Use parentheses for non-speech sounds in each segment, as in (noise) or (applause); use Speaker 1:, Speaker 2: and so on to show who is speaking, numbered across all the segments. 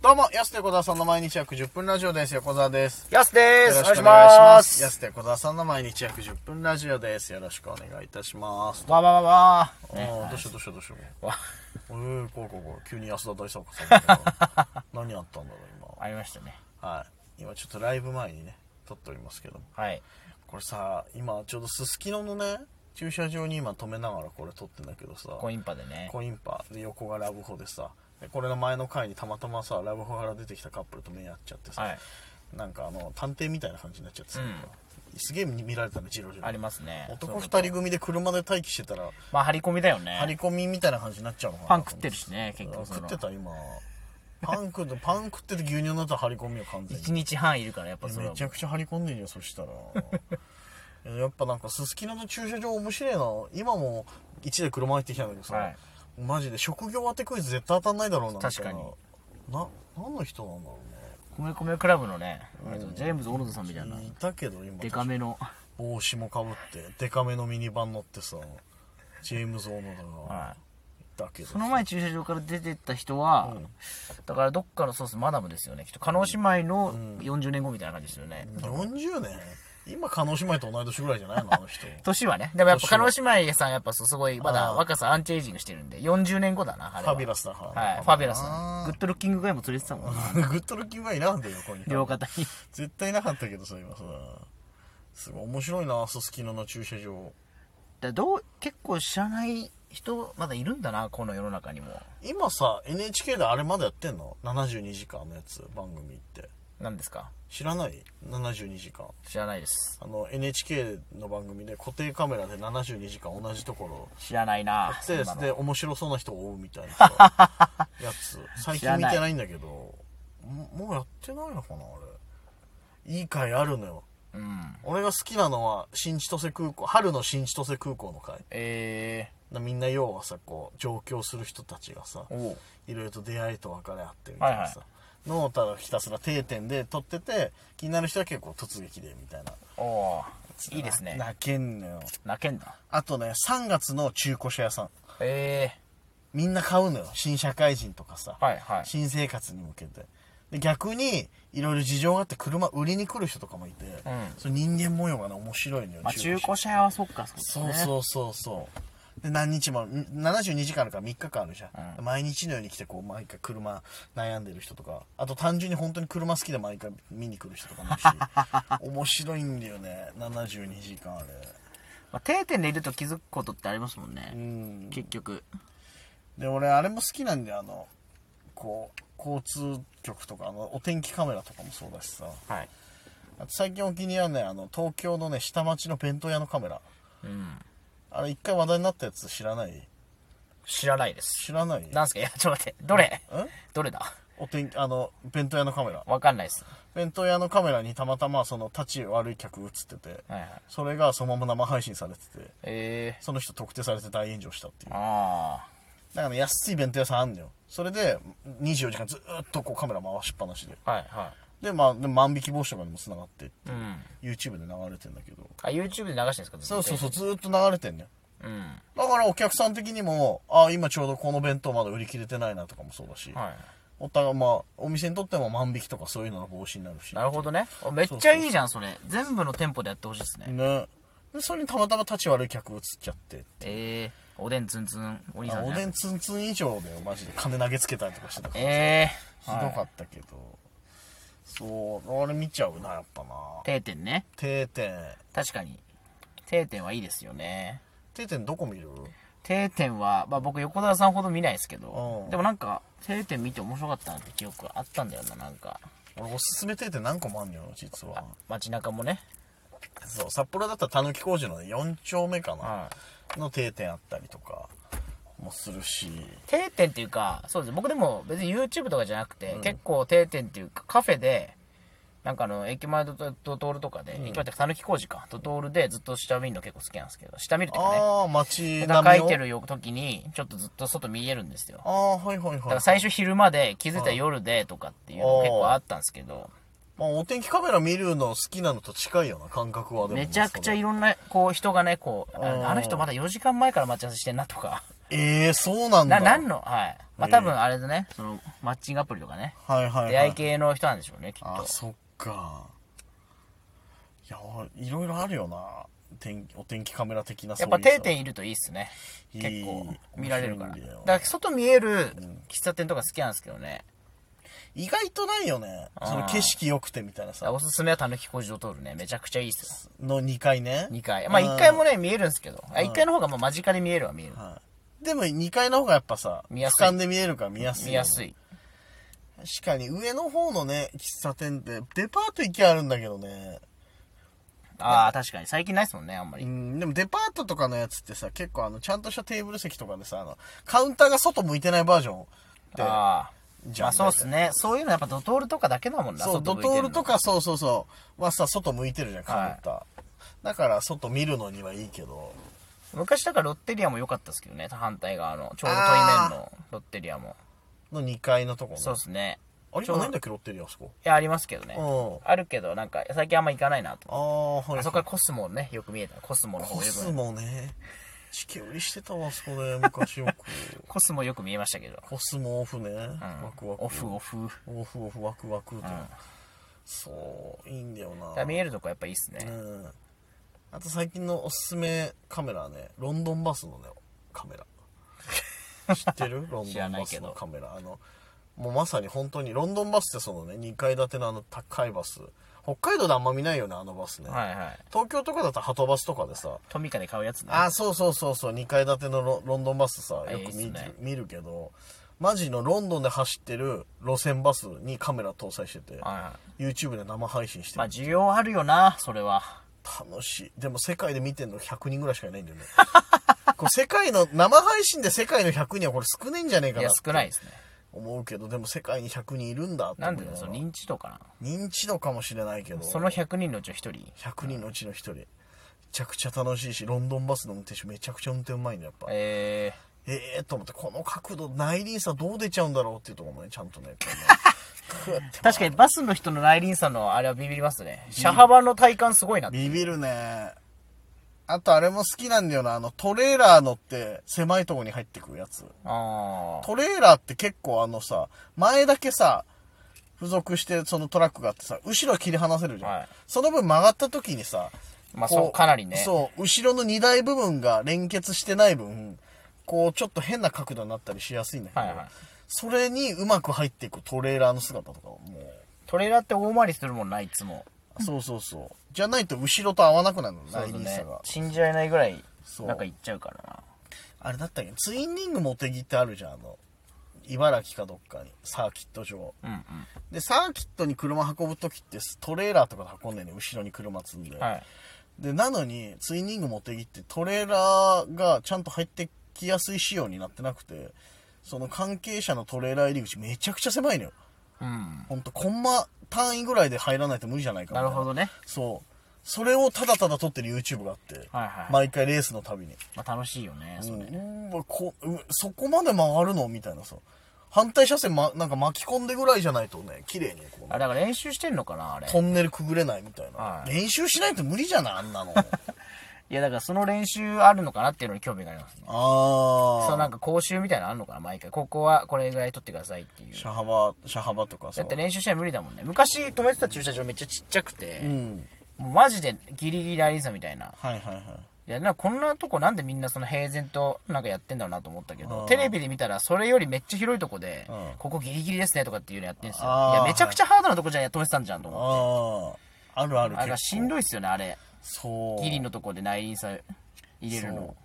Speaker 1: どうも、安手小沢さんの毎日約10分ラジオです。横澤です。
Speaker 2: やすで
Speaker 1: よ
Speaker 2: す。
Speaker 1: ろし
Speaker 2: お願い
Speaker 1: く
Speaker 2: し
Speaker 1: お願いしま。
Speaker 2: ますす。
Speaker 1: 安手小沢さんの毎日約10分ラジオです。よろしくお願いいたします。
Speaker 2: わわわわ。
Speaker 1: おーどうしようどうしようどうしよう。
Speaker 2: わ
Speaker 1: えー、こうこうこう、急に安田大作さんみたいな。
Speaker 2: (laughs)
Speaker 1: 何あったんだろう、
Speaker 2: ありましたね。
Speaker 1: 今。はい。今ちょっとライブ前にね、撮っておりますけども。
Speaker 2: はい。
Speaker 1: これさ、今ちょうどすすきののね、駐車場に今止めながらこれ撮ってんだけどさ。
Speaker 2: コインパでね。
Speaker 1: コインパで横がラブホでさでこれの前の回にたまたまさラブホから出てきたカップルと目合っちゃってさ、
Speaker 2: はい
Speaker 1: なんかあの探偵みたいな感じになっちゃってさ、すげえ見られたねジロジロ
Speaker 2: ありますね。
Speaker 1: 男2人組で車で待機してたら
Speaker 2: まあ、張り込みだよ
Speaker 1: 張り
Speaker 2: ね。
Speaker 1: 込みみたいな感じになっちゃうのかな
Speaker 2: パン食ってるしね、結
Speaker 1: あ
Speaker 2: 局そ
Speaker 1: 食
Speaker 2: の
Speaker 1: って。た今パン食ってパン食ってて牛乳になったら張り込みよ完全に
Speaker 2: 一日半いるから、やっぱそれ
Speaker 1: め
Speaker 2: は。
Speaker 1: ちゃくちゃ張り込んでるよそしたら (laughs) いややっぱなんかすすきのの駐車場面白いな今も1台車入ってきたんだけどさ、
Speaker 2: はい
Speaker 1: マジで職業当てクイズ絶対当たんないだろうなみたいな
Speaker 2: 確かに
Speaker 1: な何の人なんだろ
Speaker 2: 米米クラブのね、あれとジェームズ・オルドさんみたいうな
Speaker 1: ね、いたけど今
Speaker 2: デカめの。
Speaker 1: 帽子もかぶってデカめのミニバン乗ってさジェームズ・オーノだが、
Speaker 2: はい
Speaker 1: だけど
Speaker 2: その前駐車場から出てった人は、だからどっかのソースマダムですよね。きっと、加納姉妹の40年後みたいな感じですよね。
Speaker 1: 40年今叶姉妹と同い年ぐらいじゃないのあの
Speaker 2: (laughs)
Speaker 1: 人
Speaker 2: 年はね。でもやっぱ、
Speaker 1: 年
Speaker 2: カ
Speaker 1: は
Speaker 2: ノ姉妹さんやっぱそうすごい、まだ若さアンチエイジングしてるんで、40年後だな、あれ
Speaker 1: フ
Speaker 2: は
Speaker 1: ァビュラスだから
Speaker 2: はい、ファビュラスな。グッドルッキングガイも連れてたもん。
Speaker 1: グッドルッキングはいらんでよここに
Speaker 2: 両肩に。
Speaker 1: 絶対なかったけどさ今さすごい面白いなすすきのの駐車場
Speaker 2: だどう、結構知らない人、まだいるんだな、この世の中にも。
Speaker 1: 今さ NHK であれまだやってんの72時間のやつ番組って
Speaker 2: 何ですか
Speaker 1: 知らない72時間
Speaker 2: 知らないです。
Speaker 1: あの NHK の番組で固定カメラで72時間同じところ
Speaker 2: 知らないな。
Speaker 1: で
Speaker 2: そんな
Speaker 1: で
Speaker 2: の
Speaker 1: 面白そうな人を追うみたいなさや
Speaker 2: (laughs)
Speaker 1: つ最近見てないんだけどももうやってないのかなあれいい回あるのよ
Speaker 2: うん。
Speaker 1: 俺が好きなのは新千歳空港春の新千歳空港の回
Speaker 2: え
Speaker 1: なみんな要はさこう上京する人たちがさ
Speaker 2: ー、おう。
Speaker 1: いろいろと出会いと別れあってみたいなさ、
Speaker 2: は
Speaker 1: のをただひたすら定点で撮ってて気になる人は結構突撃でみたいな
Speaker 2: おういいですね。
Speaker 1: 泣けんのよ
Speaker 2: 泣けんだ。
Speaker 1: あとね3月の中古車屋さん
Speaker 2: え
Speaker 1: みんな買うのよ新社会人とかさ、
Speaker 2: はいはい
Speaker 1: 新生活に向けてで逆にいろいろ事情があって車売りに来る人とかもいて、
Speaker 2: ん
Speaker 1: その人間模様がね面白いのよ
Speaker 2: ー、まあ中古車屋はそっか、そっか、ね。
Speaker 1: そうそうそうそう。で、何日も、ん72時間あるから3日間あるじゃん。毎日のように来て、こう、毎回車悩んでる人とか、あと単純に本当に車好きで毎回見に来る人とか
Speaker 2: (laughs)
Speaker 1: もいるし、面白いんだよね、72時間あれ。
Speaker 2: まあ、定点でいると気づくことってありますもんね。
Speaker 1: ん
Speaker 2: 結局。
Speaker 1: で、俺、あれも好きなんで、あの、こう、交通局とか、あの、お天気カメラとかもそうだしさ、
Speaker 2: はい。
Speaker 1: あと最近お気に入りはね、あの、東京のね、下町の弁当屋のカメラ。
Speaker 2: うん。
Speaker 1: あれ、一回話題になったやつ知らない
Speaker 2: 知らないです。
Speaker 1: 知らない
Speaker 2: なんすかいや、 (laughs) ちょっと待って。どれどれだ
Speaker 1: お天気、あの、弁当屋のカメラ。
Speaker 2: わかんないです。
Speaker 1: 弁当屋のカメラにたまたまその立ち悪い客映ってて、
Speaker 2: はいはい。
Speaker 1: それがそのまま生配信されてて
Speaker 2: え
Speaker 1: その人特定されて大炎上したっていう
Speaker 2: ー、あ
Speaker 1: だからね安い弁当屋さんあんのよそれで24時間ずーっとこうカメラ回しっぱなしで
Speaker 2: あ。はいは
Speaker 1: でまあでも万引き防止とかにもつながってって
Speaker 2: い。うん。
Speaker 1: YouTube で流れてんだけど
Speaker 2: あ、YouTube で流してるんですか。
Speaker 1: そうそうそううずーっと流れてんね
Speaker 2: うん。
Speaker 1: だからお客さん的にもあ今ちょうどこの弁当まだ売り切れてないなとかもそうだし、
Speaker 2: は
Speaker 1: お互いまあお店にとっても万引きとかそういうのの防止になるし
Speaker 2: い。なるほどね。あめっちゃいいじゃん、それ。全部の店舗でやってほしいですね。
Speaker 1: ねでそれにたまたま立ち悪い客映っちゃって
Speaker 2: えー、おでんツンツン、お兄さ
Speaker 1: あ
Speaker 2: んじ
Speaker 1: お
Speaker 2: ゃな
Speaker 1: で
Speaker 2: い
Speaker 1: んツンツン以上だよマジで金投げつけたりとかしてたから
Speaker 2: え
Speaker 1: ひ
Speaker 2: ー、
Speaker 1: どかったけど、そうあれ見ちゃうなやっぱな
Speaker 2: 定点ね。
Speaker 1: 定点
Speaker 2: 確かに。定点はいいですよね。
Speaker 1: 定点どこ見る
Speaker 2: 定点は、まあ僕横田さんほど見ないですけど
Speaker 1: うん、
Speaker 2: でもなんか、定点見て面白かったなって記憶あったんだよな、なんか。
Speaker 1: 俺おすすめ定点何個もあんのよ実は
Speaker 2: 街中もね。
Speaker 1: そう札幌だったらたぬき工事の4丁目かな
Speaker 2: は、
Speaker 1: の定点あったりとかもするし
Speaker 2: 定点っていうか、そうです。僕でも別に YouTube とかじゃなくて、結構定点っていうか、カフェで、なんかあの、駅前ドドトールとかで、駅前ってたぬき工事か、ドトールでずっと下見るの結構好きなんですけど、下見るっていうかね、
Speaker 1: ああ街
Speaker 2: 絵が
Speaker 1: 並み
Speaker 2: 描いて
Speaker 1: を
Speaker 2: るよ時に、ちょっとずっと外見えるんですよ。
Speaker 1: ああはいはい
Speaker 2: だか
Speaker 1: はい
Speaker 2: ら、最初昼まで気づいたら夜でとかっていうの結構あったんですけど、
Speaker 1: まあ、お天気カメラ見るの好きなのと近いよな感覚はでも
Speaker 2: めちゃくちゃ
Speaker 1: い
Speaker 2: いろんな、こう人がね、こう、あのあの人まだ4時間前から待ち合わせしてんなとか、
Speaker 1: ええー、そうなんだ
Speaker 2: な、なんの、はい。まあ多分あれだね、その、マッチングアプリとかね、
Speaker 1: はいはい、はい、
Speaker 2: 出会い系の人なんでしょうね、きっ
Speaker 1: あ
Speaker 2: と。
Speaker 1: そっかいやいろいろあるよな天お天気カメラ的な
Speaker 2: やっ
Speaker 1: そ
Speaker 2: ぱ
Speaker 1: ういう
Speaker 2: 定
Speaker 1: さ
Speaker 2: 点いるといいっすね。
Speaker 1: いい
Speaker 2: 結構、見られるから。
Speaker 1: 面
Speaker 2: だ
Speaker 1: 白いんだよ
Speaker 2: から外見える喫茶店とか好きなんですけどね。
Speaker 1: 意外とないよねその景色良くてみたいな
Speaker 2: だから
Speaker 1: さ
Speaker 2: おすすめはたぬき工事を通るね。めちゃくちゃいいっすよ。
Speaker 1: の2階ね
Speaker 2: 2階。まあ
Speaker 1: うん
Speaker 2: 1階もね、見えるんですけど。あ1階の方がまあ間近で見えるは見える。
Speaker 1: はいでも2階の方がやっぱさ
Speaker 2: 見やすい
Speaker 1: 俯瞰で見えるから見やすいよね
Speaker 2: 見やすい。
Speaker 1: 確かに上の方のね喫茶店ってデパート行きゃあるんだけどね
Speaker 2: ああ、確かに。最近ないっすもんね、あんま
Speaker 1: う
Speaker 2: り。
Speaker 1: んでもデパートとかのやつってさ結構あのちゃんとしたテーブル席とかでさあのカウンターが外向いてないバージョンで
Speaker 2: ああ。
Speaker 1: じゃ
Speaker 2: ま
Speaker 1: ん
Speaker 2: あそうっすね。そういうのやっぱドトールとかだけだもんな。
Speaker 1: そう、
Speaker 2: 外
Speaker 1: ド
Speaker 2: 向い
Speaker 1: ト
Speaker 2: てる
Speaker 1: ー
Speaker 2: の
Speaker 1: ルと。か、そうそうそう。はさ、外向いてるじゃん、カウンター。だから、外見るのにはいいけど。
Speaker 2: 昔だからロッテリアも良かったっすけどね、反対側の。ちょうど対面のロッテリアも。
Speaker 1: の2階のとこね。
Speaker 2: そうっすね。
Speaker 1: あれ
Speaker 2: ちょ
Speaker 1: 今
Speaker 2: う
Speaker 1: ないんだっけ、ロッテリア、あそこ。
Speaker 2: いや、ありますけどね。
Speaker 1: う
Speaker 2: あるけど、なんか、最近あんま行かないなと。
Speaker 1: ああ、はい。
Speaker 2: あそこからコスモね、よく見えた。コスモの方
Speaker 1: コ
Speaker 2: よ
Speaker 1: ス
Speaker 2: く。
Speaker 1: モね。地球売りしてたわ、あそこで、昔よく。
Speaker 2: (laughs) コスモよく見えましたけど。
Speaker 1: コスモオフね。
Speaker 2: うん
Speaker 1: ワクワク。
Speaker 2: オフオフ。
Speaker 1: オフオフ、ワクワクと。そう、いいんだよ
Speaker 2: だから
Speaker 1: な。
Speaker 2: 見えるとこやっぱいいっすね。
Speaker 1: うん。あと最近のおすすめカメラはね、ロンドンバスのね、カメラ。
Speaker 2: (laughs)
Speaker 1: 知ってるロン
Speaker 2: 知
Speaker 1: ド
Speaker 2: ら
Speaker 1: ン
Speaker 2: ない
Speaker 1: バ
Speaker 2: け
Speaker 1: ス
Speaker 2: ど
Speaker 1: のカメラ。あの、もうまさに本当に、ロンドンバスってそのね、2階建てのあの高いバス。北海道であんま見ないよね、あのバスね。
Speaker 2: はいはい。
Speaker 1: 東京とかだったらハトバスとかでさ、
Speaker 2: トミカで買うやつね。
Speaker 1: あ、そうそうそうそう、2階建てのロロンドンバスさ、よ
Speaker 2: いいっ
Speaker 1: く
Speaker 2: す
Speaker 1: 見る,、
Speaker 2: ね
Speaker 1: 見るけど、マジのロンドンで走ってる路線バスにカメラ搭載してて、
Speaker 2: はいはい
Speaker 1: YouTube で生配信して
Speaker 2: ま
Speaker 1: る
Speaker 2: あ、需要あるよな、それは。
Speaker 1: 楽しいでも世界で見てんの100人ぐらいしかいないんだよね (laughs) これ世界の生配信で世界の100人はこれ少ないんじゃねえ
Speaker 2: い
Speaker 1: かな
Speaker 2: や
Speaker 1: っ、
Speaker 2: 少
Speaker 1: て
Speaker 2: ないですね。
Speaker 1: 思うけどでも世界に100人いるんだって
Speaker 2: な
Speaker 1: 思
Speaker 2: ん
Speaker 1: う
Speaker 2: でだよ、その認知度か
Speaker 1: 認知度かもしれないけど
Speaker 2: な。その100人のうちの1人。
Speaker 1: 100人のうちの1人めちゃくちゃ楽しいしロンドンバスの運転手めちゃくちゃ運転うまいんだやっぱえ
Speaker 2: え
Speaker 1: えー、と思ってこの角度内輪差どう出ちゃうんだろうっていうところもねちゃん
Speaker 2: (laughs)
Speaker 1: とねこうねこうやって
Speaker 2: ー、確かにバスの人の内輪差のあれはビビりますね。車幅の体感すごいなって。
Speaker 1: ビビるねあとあれも好きなんだよなあのトレーラー乗って狭いとこに入ってくるやつ
Speaker 2: ああ。
Speaker 1: トレーラーって結構あのさ、前だけさ、付属してそのトラックがあってさ、後ろは切り離せるじゃん。
Speaker 2: はい
Speaker 1: その分曲がった時にさ、
Speaker 2: まあ
Speaker 1: こ
Speaker 2: そうかなりね
Speaker 1: そう、後ろの荷台部分が連結してない分、こうちょっと変な角度になったりしやすいんだけど、
Speaker 2: はいはい
Speaker 1: それにうまく入っていくトレーラーの姿とかもも
Speaker 2: トレーラーって大回りするもんない、いつも。
Speaker 1: う、そうそうそう。じゃないと後ろと合わなくなるの、
Speaker 2: そう
Speaker 1: 内
Speaker 2: です
Speaker 1: 輪
Speaker 2: ね
Speaker 1: 差が。。
Speaker 2: 信じられないぐらい、
Speaker 1: そう
Speaker 2: なんか行っちゃうからな。
Speaker 1: あれだったっけツインリングモテギってあるじゃん、あの、茨城かどっかに、サーキット場。
Speaker 2: うんうん。
Speaker 1: でサーキットに車運ぶ時ってトレーラーとかで運んでね後ろに車積んで、
Speaker 2: はい。
Speaker 1: でなのにツイニング持ってきってトレーラーがちゃんと入ってきやすい仕様になってなくてその関係者のトレーラー入り口めちゃくちゃ狭いのよ
Speaker 2: うん。
Speaker 1: ほんとコンマ単位ぐらいで入らないと無理じゃないかみた
Speaker 2: ないるほどね。
Speaker 1: そうそれをただただ撮ってる YouTube があって、
Speaker 2: はいはい
Speaker 1: 毎回レースのたびに
Speaker 2: まあ楽しいよね、それ。
Speaker 1: うんうわこうそこまで曲がるのみたいなさ反対車線、ま、なんか巻き込んでぐらいじゃないとね綺麗にこう
Speaker 2: あ、だから練習してんのかな、あれ。
Speaker 1: トンネルくぐれないみたいな、
Speaker 2: はい
Speaker 1: 練習しないと無理じゃないあんな
Speaker 2: (laughs)
Speaker 1: の
Speaker 2: いや、だからその練習あるのかなっていうのに興味がありますね。
Speaker 1: あ
Speaker 2: そう、
Speaker 1: あ
Speaker 2: なんか講習みたいなのあるのかな、毎回。ここはこれぐらい取ってくださいっていう。
Speaker 1: 車幅車幅とかさ
Speaker 2: だって練習したら無理だもんね。昔止めてた駐車場めっちゃちっちゃくて、
Speaker 1: うん
Speaker 2: もうマジでギリギリライン差みたいな。
Speaker 1: はいはいはい
Speaker 2: いや、なんかこんなとこなんでみんなその平然となんかやってんだろうなと思ったけど、テレビで見たらそれよりめっちゃ広いとこで、
Speaker 1: うん
Speaker 2: ここギリギリですねとかっていうのやってんすよ。
Speaker 1: あー
Speaker 2: いや、めちゃくちゃハードなとこじゃん止めてたんじゃんと思って。
Speaker 1: あああるある
Speaker 2: あれがしん
Speaker 1: い
Speaker 2: どいっすよね、あれ。
Speaker 1: そう
Speaker 2: ギリのとこで内輪差入れる
Speaker 1: そう
Speaker 2: の。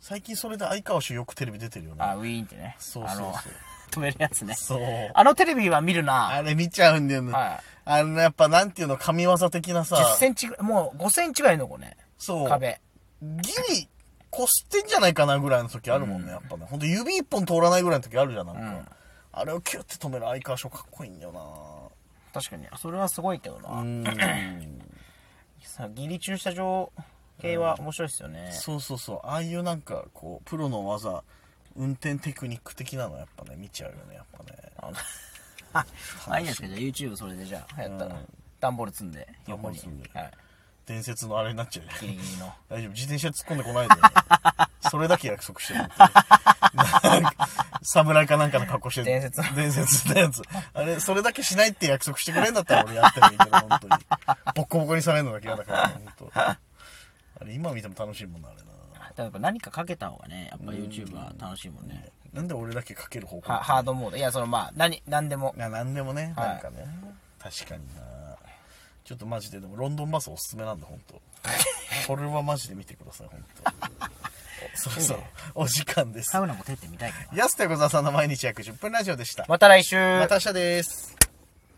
Speaker 1: 最近それで相川氏よくテレビ出てるよね
Speaker 2: あ、ウィーンってね。
Speaker 1: そうそう
Speaker 2: あ
Speaker 1: そう
Speaker 2: の (laughs) 止めるやつね。
Speaker 1: そう
Speaker 2: あのテレビは見るな。
Speaker 1: あれ見ちゃうんだよね、
Speaker 2: はい
Speaker 1: あのやっぱなんていうの神業的なさ
Speaker 2: 10センチぐらい、もう5センチぐらいの子ね。
Speaker 1: そう
Speaker 2: 壁。
Speaker 1: ギリこすってんじゃないかなぐらいの時あるもんね、やっぱねほんと指一本通らないぐらいの時あるじゃんなんか、あれをキュッて止める相川氏かっこいいんだよな
Speaker 2: 確かに。それはすごいけどな。さ、ギリ駐車場系は面白いですよね。
Speaker 1: そうそうそうああいうなんかこうプロの技運転テクニック的なのやっぱね見ちゃうよねやっぱね
Speaker 2: あのあ、あ、いいですけど、じゃあ YouTube それでじゃあ、やったら。段ボール積んで、横
Speaker 1: 段ボー
Speaker 2: に
Speaker 1: ル積ん。で
Speaker 2: はい。
Speaker 1: 伝説のあれになっちゃうよ
Speaker 2: ギ
Speaker 1: ね
Speaker 2: リギリの。 (laughs)
Speaker 1: 大丈夫自転車突っ込んでこないでねそれだけ約束してるっていうなんか侍かなんかの格好してる。
Speaker 2: 伝説の
Speaker 1: 伝説のやつ。あれ、それだけしないって約束してくれんだったら俺やってもいいけど、本当に。ボッコボコにされるのだけ嫌だから、本当。あれ、今見ても楽しいもんな、あれな。
Speaker 2: だから何かかけた方がね、やっぱ YouTube は楽しいもんね。
Speaker 1: なんで俺だけかける方向
Speaker 2: はハードモード。いや、そのまあ、何、何でも。
Speaker 1: いや、なんでもね、
Speaker 2: はい
Speaker 1: なんかね。確かになちょっとマジで、でもロンドンバスおすすめなんで、本
Speaker 2: (laughs)
Speaker 1: 当これはマジで見てください、本当そうそう。お時間です
Speaker 2: サ。ウナも照ってみたいけどな。
Speaker 1: 安手小沢さんの毎日約10分ラジオでした。
Speaker 2: また来週
Speaker 1: また明日です。